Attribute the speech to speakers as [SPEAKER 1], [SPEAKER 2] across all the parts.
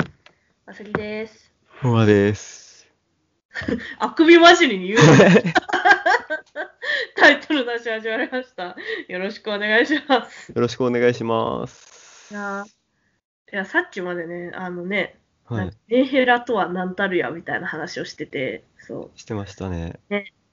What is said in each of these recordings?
[SPEAKER 1] あさぎです。
[SPEAKER 2] ほま です。
[SPEAKER 1] あくびまじりに言うタイトル出し始まりました。よろしくお願いします。
[SPEAKER 2] よろしくお願いします。
[SPEAKER 1] いやーいやさっきまでね、あのね、
[SPEAKER 2] は
[SPEAKER 1] なん
[SPEAKER 2] い
[SPEAKER 1] か、メンヘラとは何たるやみたいな話をしてて、そう。
[SPEAKER 2] してましたね。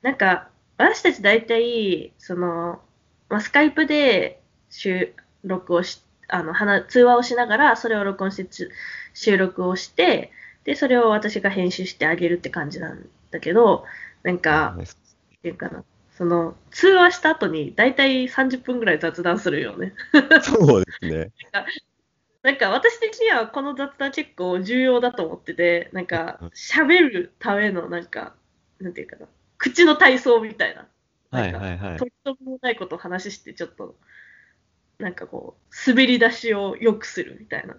[SPEAKER 1] なんか、私たち大体、その、まあ、スカイプで収録をし、あの、話通話をしながら、それを録音してつ収録をして、で、それを私が編集してあげるって感じなんだけど、なんか、っていうかな、その、通話した後に、大体30分ぐらい雑談するよね。
[SPEAKER 2] そうですね。
[SPEAKER 1] なんか、私的にはこの雑談結構重要だと思ってて、なんか、喋るための、なんか、なんていうかな、口の体操みたいな。
[SPEAKER 2] はいはいはい。
[SPEAKER 1] とりとめもないことを話して、ちょっと、なんかこう、滑り出しを良くするみたいな。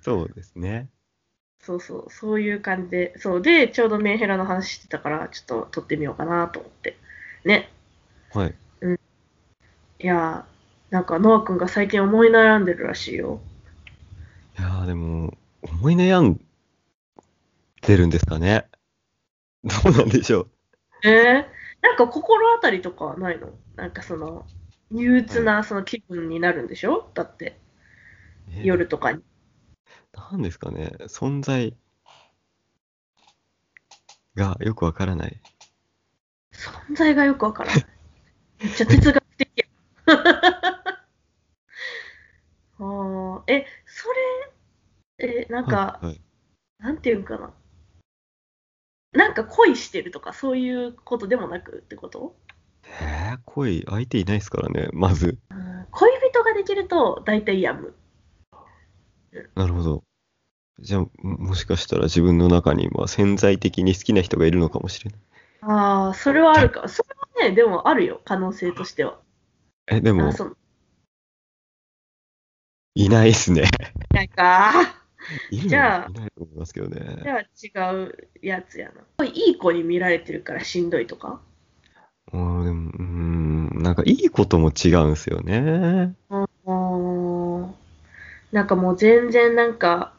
[SPEAKER 2] そうですね。
[SPEAKER 1] そうそう、そういう感じで、そうで、ちょうどメンヘラの話してたから、ちょっと撮ってみようかなと思って。ね。
[SPEAKER 2] はい。
[SPEAKER 1] いやー、なんか、ノア君が最近思い悩んでるらしいよ。
[SPEAKER 2] いやーでも、思い悩んでるんですかね。どうなんでしょう。
[SPEAKER 1] えー、なんか心当たりとかはないのなんかその、憂鬱なその気分になるんでしょだって、
[SPEAKER 2] えー
[SPEAKER 1] 夜。とかに。
[SPEAKER 2] なんですかね。存在がよくわからない。
[SPEAKER 1] 存在がよくわからない。めっちゃ哲学的や。 あーえ、それ、え、なんか、
[SPEAKER 2] はいはい、
[SPEAKER 1] なんていうんかな。なんか恋してるとか、そういうことでもなくってこと
[SPEAKER 2] えー、恋、相手いないですからね、まず。
[SPEAKER 1] うん恋人ができると、大体病む。
[SPEAKER 2] なるほど。じゃあ、ももしかしたら自分の中には潜在的に好きな人がいるのかもしれない。
[SPEAKER 1] ああ、それはあるか。それはね、でもあるよ、可能性としては。
[SPEAKER 2] え、でも
[SPEAKER 1] あ、その
[SPEAKER 2] いないっ すね。
[SPEAKER 1] なんか、
[SPEAKER 2] いる
[SPEAKER 1] じゃあ
[SPEAKER 2] いないと思いますけどね。
[SPEAKER 1] じゃあ違うやつやな。いい子に見られてるからしんどいとか
[SPEAKER 2] うん、でも、うん、なんかいいことも違うんすよね。
[SPEAKER 1] うーんなんかもう全然なんか、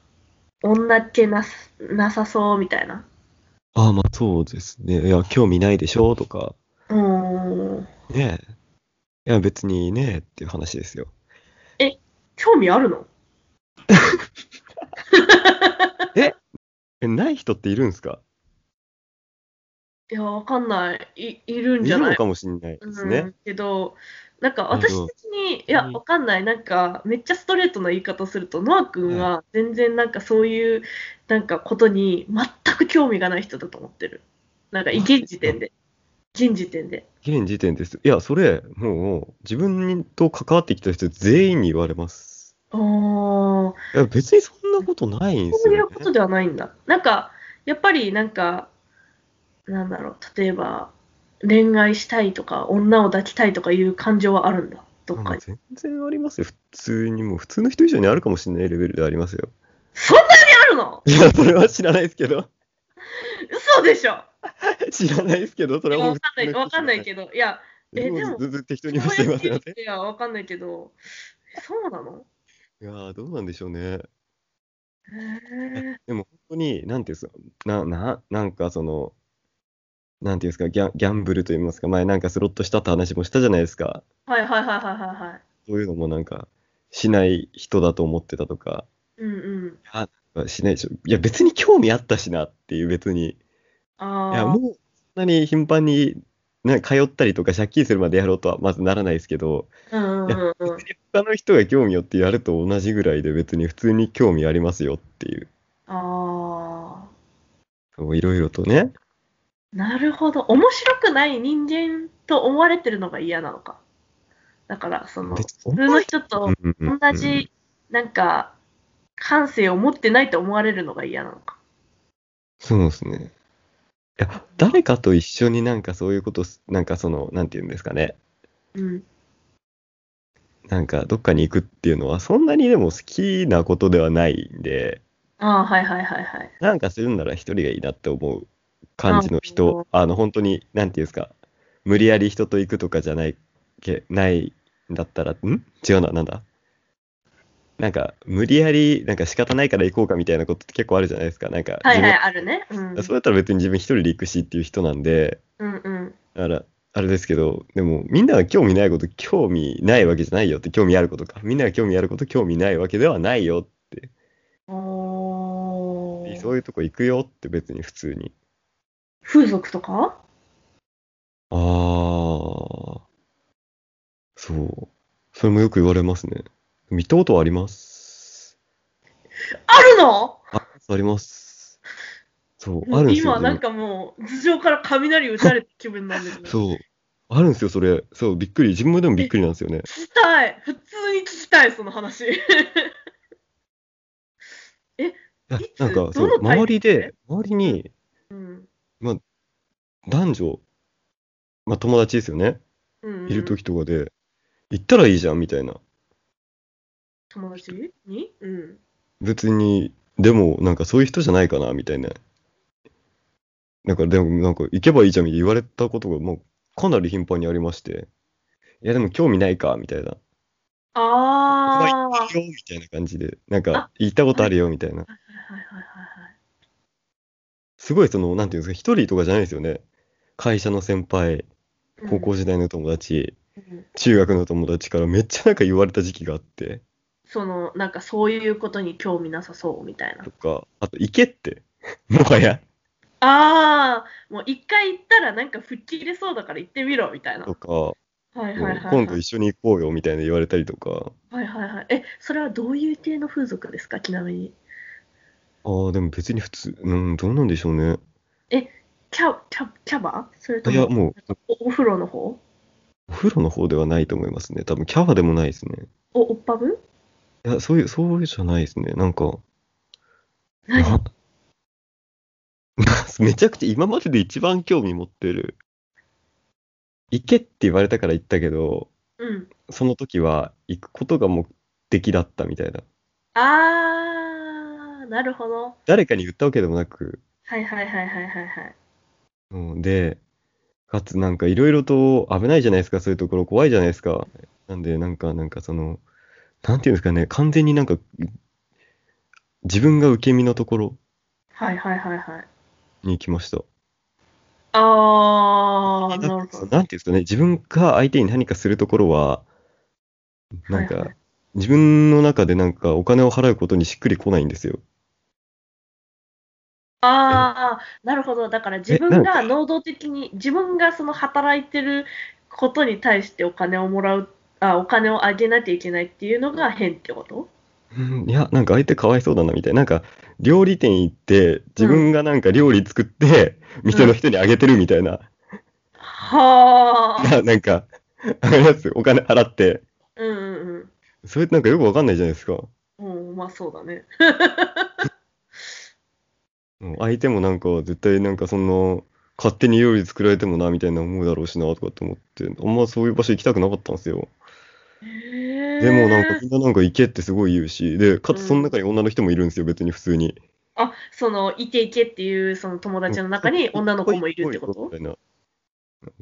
[SPEAKER 1] 女っ気なすなさそうみたいな。
[SPEAKER 2] ああ、まあそうですね。いや、興味ないでしょとか、
[SPEAKER 1] うーん。
[SPEAKER 2] ねえ。いや、別にねえっていう話ですよ。
[SPEAKER 1] 興味あるの
[SPEAKER 2] え、ない人っているんすか
[SPEAKER 1] いや、わかんない。いいるん
[SPEAKER 2] い
[SPEAKER 1] じゃ
[SPEAKER 2] る
[SPEAKER 1] ない
[SPEAKER 2] のかもしれないです
[SPEAKER 1] う
[SPEAKER 2] ね
[SPEAKER 1] ん。、けど、なんか
[SPEAKER 2] け
[SPEAKER 1] 私
[SPEAKER 2] ど
[SPEAKER 1] 的に、いや、
[SPEAKER 2] うん
[SPEAKER 1] わかんない。なんか、めっちゃストレートな言い方すると、ノア君は全然なんかそういう、なんかことに全く興味がない人だと思ってる。なんか、
[SPEAKER 2] あ
[SPEAKER 1] 現時点で。現時点で。
[SPEAKER 2] 現時点です。いや、それ、もう、自分と関わってきた人全員に言われます。
[SPEAKER 1] おー、
[SPEAKER 2] いや、別にそんなことないんす
[SPEAKER 1] そう
[SPEAKER 2] よ、ね。
[SPEAKER 1] いうことではないんだ。なんか、やっぱりなんか、なんだろう、例えば、恋愛したいとか、女を抱きたいとかいう感情はあるんだ。どっ
[SPEAKER 2] あ
[SPEAKER 1] か
[SPEAKER 2] まあ
[SPEAKER 1] に。
[SPEAKER 2] 全然ありますよ。普通にもう、普通の人以上にあるかもしれないレベルでありますよ。
[SPEAKER 1] そんなにあるの
[SPEAKER 2] いや、それは知らないですけど。
[SPEAKER 1] 嘘でしょ
[SPEAKER 2] 知らないですけど、それはも
[SPEAKER 1] わ
[SPEAKER 2] う。
[SPEAKER 1] かんない、わかんないけど。いや、どえでも
[SPEAKER 2] ずっと適当
[SPEAKER 1] そう
[SPEAKER 2] に
[SPEAKER 1] や
[SPEAKER 2] 言いま
[SPEAKER 1] っ
[SPEAKER 2] してます
[SPEAKER 1] て
[SPEAKER 2] いま
[SPEAKER 1] み
[SPEAKER 2] せん。い
[SPEAKER 1] てはわか んないけど、そうなの
[SPEAKER 2] やー、どうなんでしょうね。
[SPEAKER 1] へ
[SPEAKER 2] でも本当に、なんていうんですか、な、な、なんかその、なんていうんですか、ギャンギャンブルと言いますか、前なんかスロットしたって話もしたじゃないですか。
[SPEAKER 1] ーはいはいはいはいはいはい。
[SPEAKER 2] そういうのもなんか、しない人だと思ってたとか、
[SPEAKER 1] うんうん。
[SPEAKER 2] しないでしょ。いや、別に興味あったしなっていう、別に。
[SPEAKER 1] あ
[SPEAKER 2] い
[SPEAKER 1] あ。
[SPEAKER 2] や、もう、そんなに頻繁に、ね、通ったりとか借金するまでやろうとはまずならないですけど、
[SPEAKER 1] うんうんうんうん。
[SPEAKER 2] 別に他の人が興味をってやると同じぐらいで別に普通に興味ありますよっていう。
[SPEAKER 1] あ
[SPEAKER 2] そういろいろとね。
[SPEAKER 1] あ。なるほど。面白くない人間と思われてるのが嫌なのか。だから、その、普
[SPEAKER 2] 別に
[SPEAKER 1] 通の人と
[SPEAKER 2] うんうんう
[SPEAKER 1] 同
[SPEAKER 2] ん
[SPEAKER 1] じ、なんか、感性を持ってないと思われるのが嫌なのか。
[SPEAKER 2] そうですね。いや、誰かと一緒になんかそういうことす、なんかその、なんていうんですかね。
[SPEAKER 1] うん。
[SPEAKER 2] なんかどっかに行くっていうのはそんなにでも好きなことではないんで、
[SPEAKER 1] ああ、はいはいはいはい。
[SPEAKER 2] なんかするんなら一人がいいなって思う感じの人、あの本当に、なんていうんですか、無理やり人と行くとかじゃない、けないんだったら、ん違うな、なんだなんか、無理やり、なんか仕方ないから行こうかみたいなことって結構あるじゃないですか。なんか、
[SPEAKER 1] はいはい、
[SPEAKER 2] 自
[SPEAKER 1] あるね。うん。
[SPEAKER 2] 分そうだったら別に自分一人で行くしっていう人なんで、
[SPEAKER 1] うんうん。
[SPEAKER 2] だから、あれですけど、でも、みんなが興味ないこと、興味ないわけじゃないよって、興味あることか。みんなが興味あること、興味ないわけではないよって、
[SPEAKER 1] お
[SPEAKER 2] そう
[SPEAKER 1] ー
[SPEAKER 2] いうとこ行くよって別に普通に。
[SPEAKER 1] 風俗とか
[SPEAKER 2] ああ、そう。それもよく言われますね。でも行ったことはあります。
[SPEAKER 1] あるの
[SPEAKER 2] あ、あります。そう、あるんです
[SPEAKER 1] 今
[SPEAKER 2] よ。でも
[SPEAKER 1] なんかもう、頭上から雷打たれた気分なんですね。
[SPEAKER 2] そう。あるんですよ、それ。そう、びっくり。自分でもびっくりなんですよね。
[SPEAKER 1] 聞きたい。普通に聞きたい、その話。
[SPEAKER 2] ない
[SPEAKER 1] つ
[SPEAKER 2] なんか、そ
[SPEAKER 1] どの
[SPEAKER 2] う、
[SPEAKER 1] タイミン
[SPEAKER 2] 周
[SPEAKER 1] グで
[SPEAKER 2] りで、周りに
[SPEAKER 1] うん。
[SPEAKER 2] 男女、まあ友達ですよね。
[SPEAKER 1] うんうん
[SPEAKER 2] いる時とかで、行ったらいいじゃん、みたいな。
[SPEAKER 1] 友達にうん。
[SPEAKER 2] 別に、でも、なんかそういう人じゃないかな、みたいな。なんか、でも、なんか、行けばいいじゃん、みたいな言われたことが、もう、かなり頻繁にありまして。いや、でも、興味ないか、みたいな。
[SPEAKER 1] あー。はい
[SPEAKER 2] 行
[SPEAKER 1] はい
[SPEAKER 2] くよ、みたいな感じで。なんか、行ったことあるよ、みたいな。
[SPEAKER 1] はいはい。
[SPEAKER 2] すごい、その、なんていうんですか、一人とかじゃないですよね。会社の先輩、
[SPEAKER 1] うん
[SPEAKER 2] 高校時代の友達、
[SPEAKER 1] うん
[SPEAKER 2] 中学の友達からめっちゃなんか言われた時期があって、
[SPEAKER 1] その、なんかそういうことに興味なさそうみたいな
[SPEAKER 2] と。か、あと、行けって。 もはや。
[SPEAKER 1] ああ、もう一回行ったらなんか吹っ切れそうだから行ってみろみたいな。
[SPEAKER 2] とか、
[SPEAKER 1] はいはいはい、はい。
[SPEAKER 2] 今度一緒に行こうよ、みたいな言われたりとか。
[SPEAKER 1] はいはいはい。え、それはどういう系の風俗ですかちなみに。
[SPEAKER 2] ああ、でも別に普通、うん、どうなんでしょうね。
[SPEAKER 1] キャキャキャバそれと
[SPEAKER 2] いや、もう、
[SPEAKER 1] おお風呂の方
[SPEAKER 2] お風呂の方ではないと思いますね。多分、キャバでもないですね。
[SPEAKER 1] おおっぱぶ
[SPEAKER 2] いや、そういう、そういうじゃないですね。なんか、
[SPEAKER 1] 何
[SPEAKER 2] な めちゃくちゃ今までで一番興味持ってる。行けって言われたから行ったけど、
[SPEAKER 1] うん。
[SPEAKER 2] その時は行くことが目的だったみたいな。
[SPEAKER 1] あー、なるほど。
[SPEAKER 2] 誰かに言ったわけでもなく、
[SPEAKER 1] はいはいはいはいはいはい。
[SPEAKER 2] うん、で、かつなんかいろいろと危ないじゃないですか、そういうところ怖いじゃないですか。なんで、なんか、なんかその、なんていうんですかね、完全になんか、自分が受け身のところ
[SPEAKER 1] はいはいはいはい。
[SPEAKER 2] に行きました。
[SPEAKER 1] あー、な
[SPEAKER 2] なん
[SPEAKER 1] る
[SPEAKER 2] てい
[SPEAKER 1] ほ
[SPEAKER 2] うんですかね、自分が相手に何かするところは、
[SPEAKER 1] ど。
[SPEAKER 2] なん
[SPEAKER 1] はいは
[SPEAKER 2] か
[SPEAKER 1] い、
[SPEAKER 2] 自分の中でなんかお金を払うことにしっくりこないんですよ。
[SPEAKER 1] あー、なるほど。だから自
[SPEAKER 2] な
[SPEAKER 1] 分
[SPEAKER 2] んか
[SPEAKER 1] が能動的に、自分がその働いてることに対してお金をもらう、あお金をあげなきゃいけないっていうのが変ってこと
[SPEAKER 2] うんいや、なんか相手かわいそうだなみたいな。なんか、料理店行って、自分がなんか料理作って、店の人にあげてるみたいな。
[SPEAKER 1] はー。
[SPEAKER 2] な なんか、あれですお金払って。
[SPEAKER 1] うんうんうん。
[SPEAKER 2] それってなんかよくわかんないじゃないですか。
[SPEAKER 1] うん、まあそうだね。
[SPEAKER 2] うん相手もなんか、絶対なんかそんな、勝手に料理作られてもな、みたいな思うだろうしな、とかって思って、あんまそういう場所行きたくなかったんですよ。で
[SPEAKER 1] で
[SPEAKER 2] もなんかみんななんか行けってすごい言うし、で、かつその中に女の人もいるんですよ、別に普通に。
[SPEAKER 1] あ、その、いていけっていう、その友達の中に女の子もいるってこ
[SPEAKER 2] み
[SPEAKER 1] と
[SPEAKER 2] たいな。なん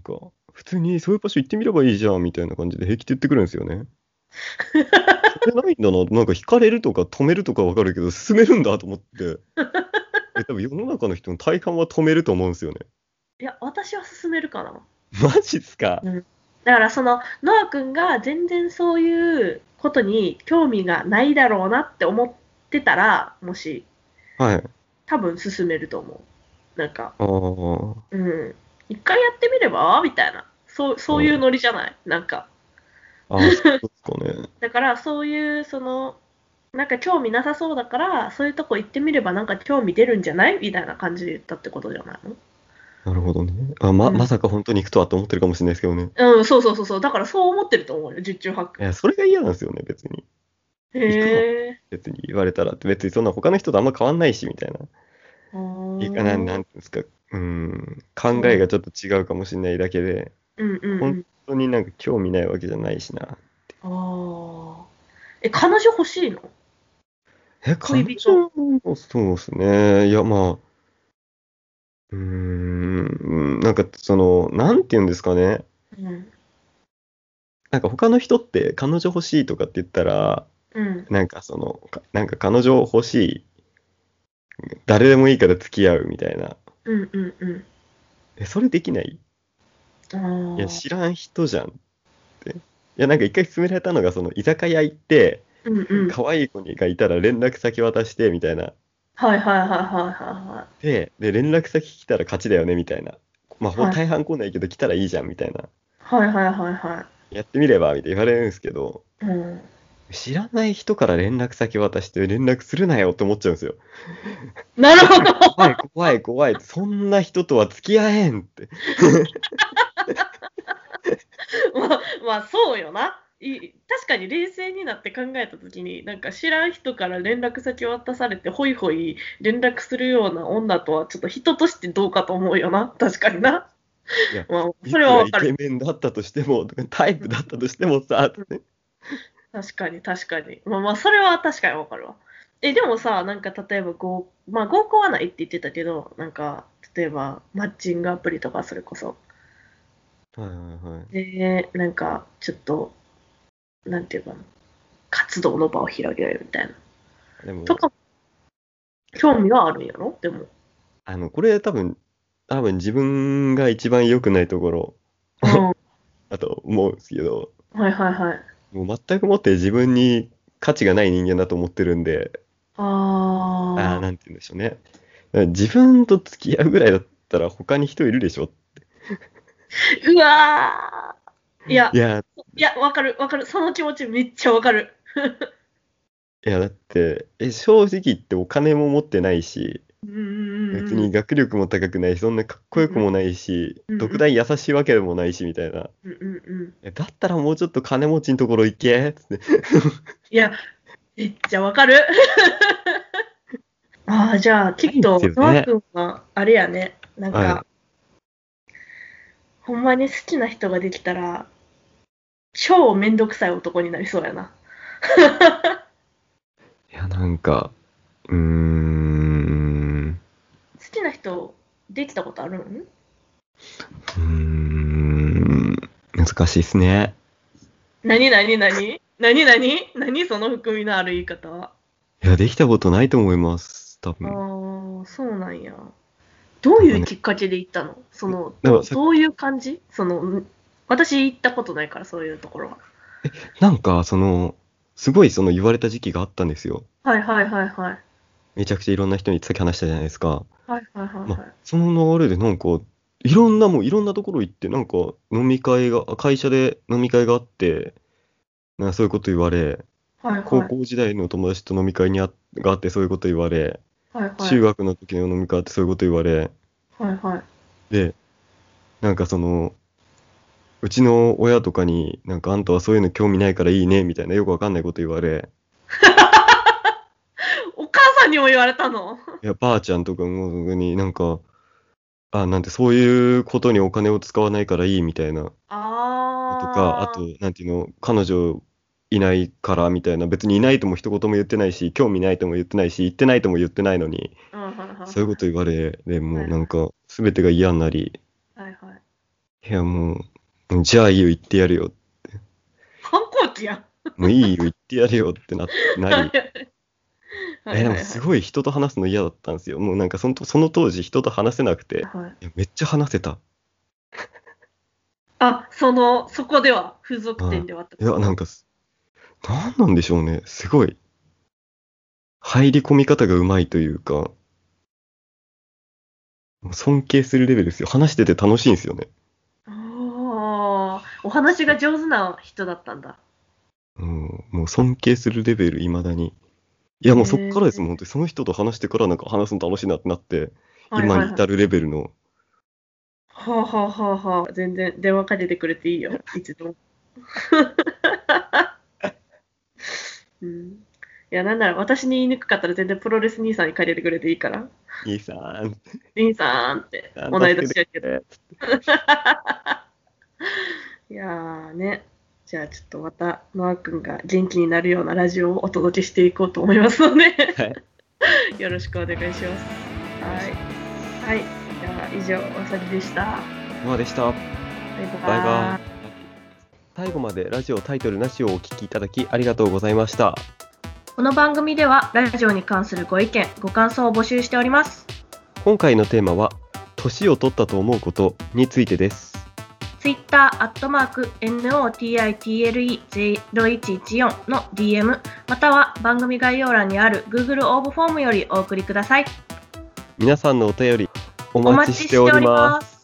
[SPEAKER 2] か、普通にそういう場所行ってみればいいじゃんみたいな感じで平気で言ってくるんですよね。それないんだな、なんか惹かれるとか止めるとかわかるけど、進めるんだと 思って。え多分世の中の人の大半は止めると思うんですよね。
[SPEAKER 1] いや、私は勧めるかな。
[SPEAKER 2] マジっすか
[SPEAKER 1] だから、その、ノア君が全然そういうことに興味がないだろうなって思ってたら、もし、
[SPEAKER 2] はい。
[SPEAKER 1] 多分勧めると思う。なんか、
[SPEAKER 2] ああ。
[SPEAKER 1] うん、一回やってみればみたいな。そう、そういうノリじゃないなんか。
[SPEAKER 2] ああ、そうですかね。
[SPEAKER 1] だからそういうそのなんか興味なさそうだからそういうとこ行ってみればなんか興味出るんじゃないみたいな感じで言ったってことじゃない
[SPEAKER 2] なるほどね。あま、
[SPEAKER 1] うん
[SPEAKER 2] まさか本当に行くとはと思ってるかもしれないですけどね。
[SPEAKER 1] のうんそうそうそうそうだからそう思ってると思うよ十中八
[SPEAKER 2] い
[SPEAKER 1] 九
[SPEAKER 2] や、それが嫌なんですよね、別に。
[SPEAKER 1] へえ
[SPEAKER 2] 別に言われたらって、別にそんな他の人とあんま変わんないし、みたいな。
[SPEAKER 1] うん
[SPEAKER 2] いかななんていうんですか、うん、考えがちょっと違うかもしれないだけで、
[SPEAKER 1] うんうんうん
[SPEAKER 2] 本当になんか興味ないわけじゃないしな。
[SPEAKER 1] ああえ彼女欲しいの
[SPEAKER 2] え、
[SPEAKER 1] 恋人
[SPEAKER 2] 彼女もそうですね。いや、まあ、うーん、なんかその、なんていうんですかね。
[SPEAKER 1] うん
[SPEAKER 2] なんか他の人って彼女欲しいとかって言ったら、
[SPEAKER 1] うん。
[SPEAKER 2] なんかその、かなんか彼女欲しい、誰でもいいから付き合うみたいな。
[SPEAKER 1] うんうんうん。
[SPEAKER 2] え、それできない
[SPEAKER 1] ああ。
[SPEAKER 2] いや、知らん人じゃんって。いや、なんか一回勧められたのが、その居酒屋行って、
[SPEAKER 1] うんうん。はい
[SPEAKER 2] 可愛い子がいたら連絡先渡してみたいな。
[SPEAKER 1] はいはいはいはいは
[SPEAKER 2] で、で連絡先来たら勝ちだよねみたいな。まあ、ほ
[SPEAKER 1] はい
[SPEAKER 2] 大半来ないけど来たらいいじゃんみたいな。
[SPEAKER 1] い。はいはいはいは
[SPEAKER 2] やってみればみたいな言われるんですけど、
[SPEAKER 1] い。うん。
[SPEAKER 2] 知らない人から連絡先渡して連絡するなよって思っちゃうんで すよ。
[SPEAKER 1] なるほど。
[SPEAKER 2] 怖い怖い怖い。そんな人とは付き合えんって。
[SPEAKER 1] まあ、まあ、そうよな。い確かに冷静になって考えた時になんか知らん人から連絡先渡されてホイホイ連絡するような女とはちょっと人としてどうかと思うよな確かにない
[SPEAKER 2] や
[SPEAKER 1] まあ、
[SPEAKER 2] い
[SPEAKER 1] そ
[SPEAKER 2] く
[SPEAKER 1] れは
[SPEAKER 2] ら
[SPEAKER 1] わ
[SPEAKER 2] イ
[SPEAKER 1] かる
[SPEAKER 2] ケメンだったとしても、タイプだったとしてもさ、って
[SPEAKER 1] 確かに確かにまあまあそれは確かにわかるわえでもさなんか例えば合,、まあ、合コンはないって言ってたけどなんか例えばマッチングアプリとかそれこそ
[SPEAKER 2] はいはいはい。
[SPEAKER 1] でなんかちょっとなんていうかな活動の場を広げるみたいな
[SPEAKER 2] でも、
[SPEAKER 1] とか興味があるんやろ でも
[SPEAKER 2] あの、これ多分、多分自分が一番良くないところ
[SPEAKER 1] うん
[SPEAKER 2] だと思うんですけど、
[SPEAKER 1] はいはいはい
[SPEAKER 2] もう全くもって自分に価値がない人間だと思ってるんで、
[SPEAKER 1] あー
[SPEAKER 2] ああ、なんて言うんでしょうね。自分と付き合うぐらいだったら他に人いるでしょ
[SPEAKER 1] うわーいや
[SPEAKER 2] いや、
[SPEAKER 1] いやわかるわかるその気持ちめっちゃわかる
[SPEAKER 2] いやだって、え正直言ってお金も持ってないし、
[SPEAKER 1] うんうんうん
[SPEAKER 2] 別に学力も高くないし、そんなかっこよくもないし、
[SPEAKER 1] うんうん
[SPEAKER 2] 特大優しいわけでもないしみたいな。
[SPEAKER 1] うんうんうん
[SPEAKER 2] えだったらもうちょっと金持ちのところ行けつって。
[SPEAKER 1] いや、めっちゃわか る。ああ、じゃあ、きっと、
[SPEAKER 2] ないんです
[SPEAKER 1] ノ
[SPEAKER 2] よね
[SPEAKER 1] ア君は、あれやね、なんか、
[SPEAKER 2] は
[SPEAKER 1] ほんまに好きな人ができたら、超めんどくさい男になりそうやな。
[SPEAKER 2] いや、なんか、うーん、
[SPEAKER 1] 好きな人、できたことあるん
[SPEAKER 2] うーん、難しいっすね。
[SPEAKER 1] 何何何何何何その含みのある言い方は。
[SPEAKER 2] いや、できたことないと思います、多分。
[SPEAKER 1] ああ、そうなんや。どういうきっかけで行ったのその、
[SPEAKER 2] だからさ
[SPEAKER 1] どういう感じその、私行ったことないから、そういうところは。
[SPEAKER 2] なんか、その、すごいその言われた時期があったんですよ。
[SPEAKER 1] はいはいはいはい。
[SPEAKER 2] めちゃくちゃいろんな人にさっき話したじゃないですか。
[SPEAKER 1] はいはいはい、はい
[SPEAKER 2] まあ、その流れでなんか、いろんなもういろんなところ行って、なんか飲み会が、会社で飲み会があって、なんかそういうこと言われ、
[SPEAKER 1] はいはい。
[SPEAKER 2] 高校時代の友達と飲み会にあがあってそういうこと言われ、
[SPEAKER 1] はいはい。
[SPEAKER 2] 中学の時の飲み会あってそういうこと言われ、
[SPEAKER 1] はいはい。
[SPEAKER 2] で、なんかその、うちの親とかに、なんかあんたはそういうの興味ないからいいね、みたいなよくわかんないこと言 われ、
[SPEAKER 1] お母さんにも言われたの
[SPEAKER 2] いや、ばあちゃんとかもになんか、あ、なんてそういうことにお金を使わないからいいみたいな。
[SPEAKER 1] あ
[SPEAKER 2] と
[SPEAKER 1] ー
[SPEAKER 2] か、あと、なんていうの、彼女いないからみたいな、別にいないとも一言も言ってないし、興味ないとも言ってないし、言ってないとも言ってないのに、
[SPEAKER 1] うんはいはい
[SPEAKER 2] そういうこと言われ、でも
[SPEAKER 1] は
[SPEAKER 2] う
[SPEAKER 1] い
[SPEAKER 2] なんか、すべてが嫌になり、
[SPEAKER 1] はいはい。
[SPEAKER 2] いやもう、じゃあいいよ、言ってやるよ、
[SPEAKER 1] 反抗期やん。、
[SPEAKER 2] もういいよ、言ってやるよってなってなりえ、でもす
[SPEAKER 1] い。
[SPEAKER 2] ごい人と話すの嫌だったんですよ。もうなんかその、その当時、人と話せなくて、
[SPEAKER 1] はい、
[SPEAKER 2] いやめっちゃ話せた。
[SPEAKER 1] あ、その、そこでは、付属点ではあった
[SPEAKER 2] いや、なんかす、なんなんでしょうね、すごい。入り込み方がうまいというか、もう尊敬するレベルですよ。話してて楽しいんですよね。
[SPEAKER 1] おーお話が上手な人だったんだ。
[SPEAKER 2] うん、もう尊敬するレベル、いまだに。いや、もうそっからです
[SPEAKER 1] へー
[SPEAKER 2] もん、本当にその人と話してからなんか話すの楽しいなってなって、
[SPEAKER 1] はいはい
[SPEAKER 2] 今
[SPEAKER 1] はい
[SPEAKER 2] に至るレベルの、
[SPEAKER 1] はあ、はあはあはあ、全然電話かけてくれていい よ、いつでも。うん、いや、なんなら私に言いにくかったら全然プロレス兄さんに借りてくれていいから。
[SPEAKER 2] いいさーんって
[SPEAKER 1] 兄さんって、
[SPEAKER 2] あ
[SPEAKER 1] 同い年やけど。
[SPEAKER 2] ね
[SPEAKER 1] いやーね、じゃあちょっとまた、ノア君が元気になるようなラジオをお届けしていこうと思いますので、
[SPEAKER 2] はい
[SPEAKER 1] よろしくお願いします。はい。はい、じゃあ以上、わさびでした。
[SPEAKER 2] まあでした。
[SPEAKER 1] バイバー
[SPEAKER 2] バイバイ。最後までラジオタイトルなしをお聞きいただきありがとうございました。
[SPEAKER 1] この番組ではラジオに関するご意見、ご感想を募集しております。
[SPEAKER 2] 今回のテーマは、年を取ったと思うことについてです。
[SPEAKER 1] ツイッターアットマーク NOTITLE0114 の DM または番組概要欄にある Google 応募フォームよりお送りください。
[SPEAKER 2] 皆さんのお便り、お
[SPEAKER 1] お
[SPEAKER 2] 待
[SPEAKER 1] 待
[SPEAKER 2] ち
[SPEAKER 1] ち
[SPEAKER 2] し
[SPEAKER 1] してて
[SPEAKER 2] お
[SPEAKER 1] お
[SPEAKER 2] り
[SPEAKER 1] り
[SPEAKER 2] ます
[SPEAKER 1] ま。す。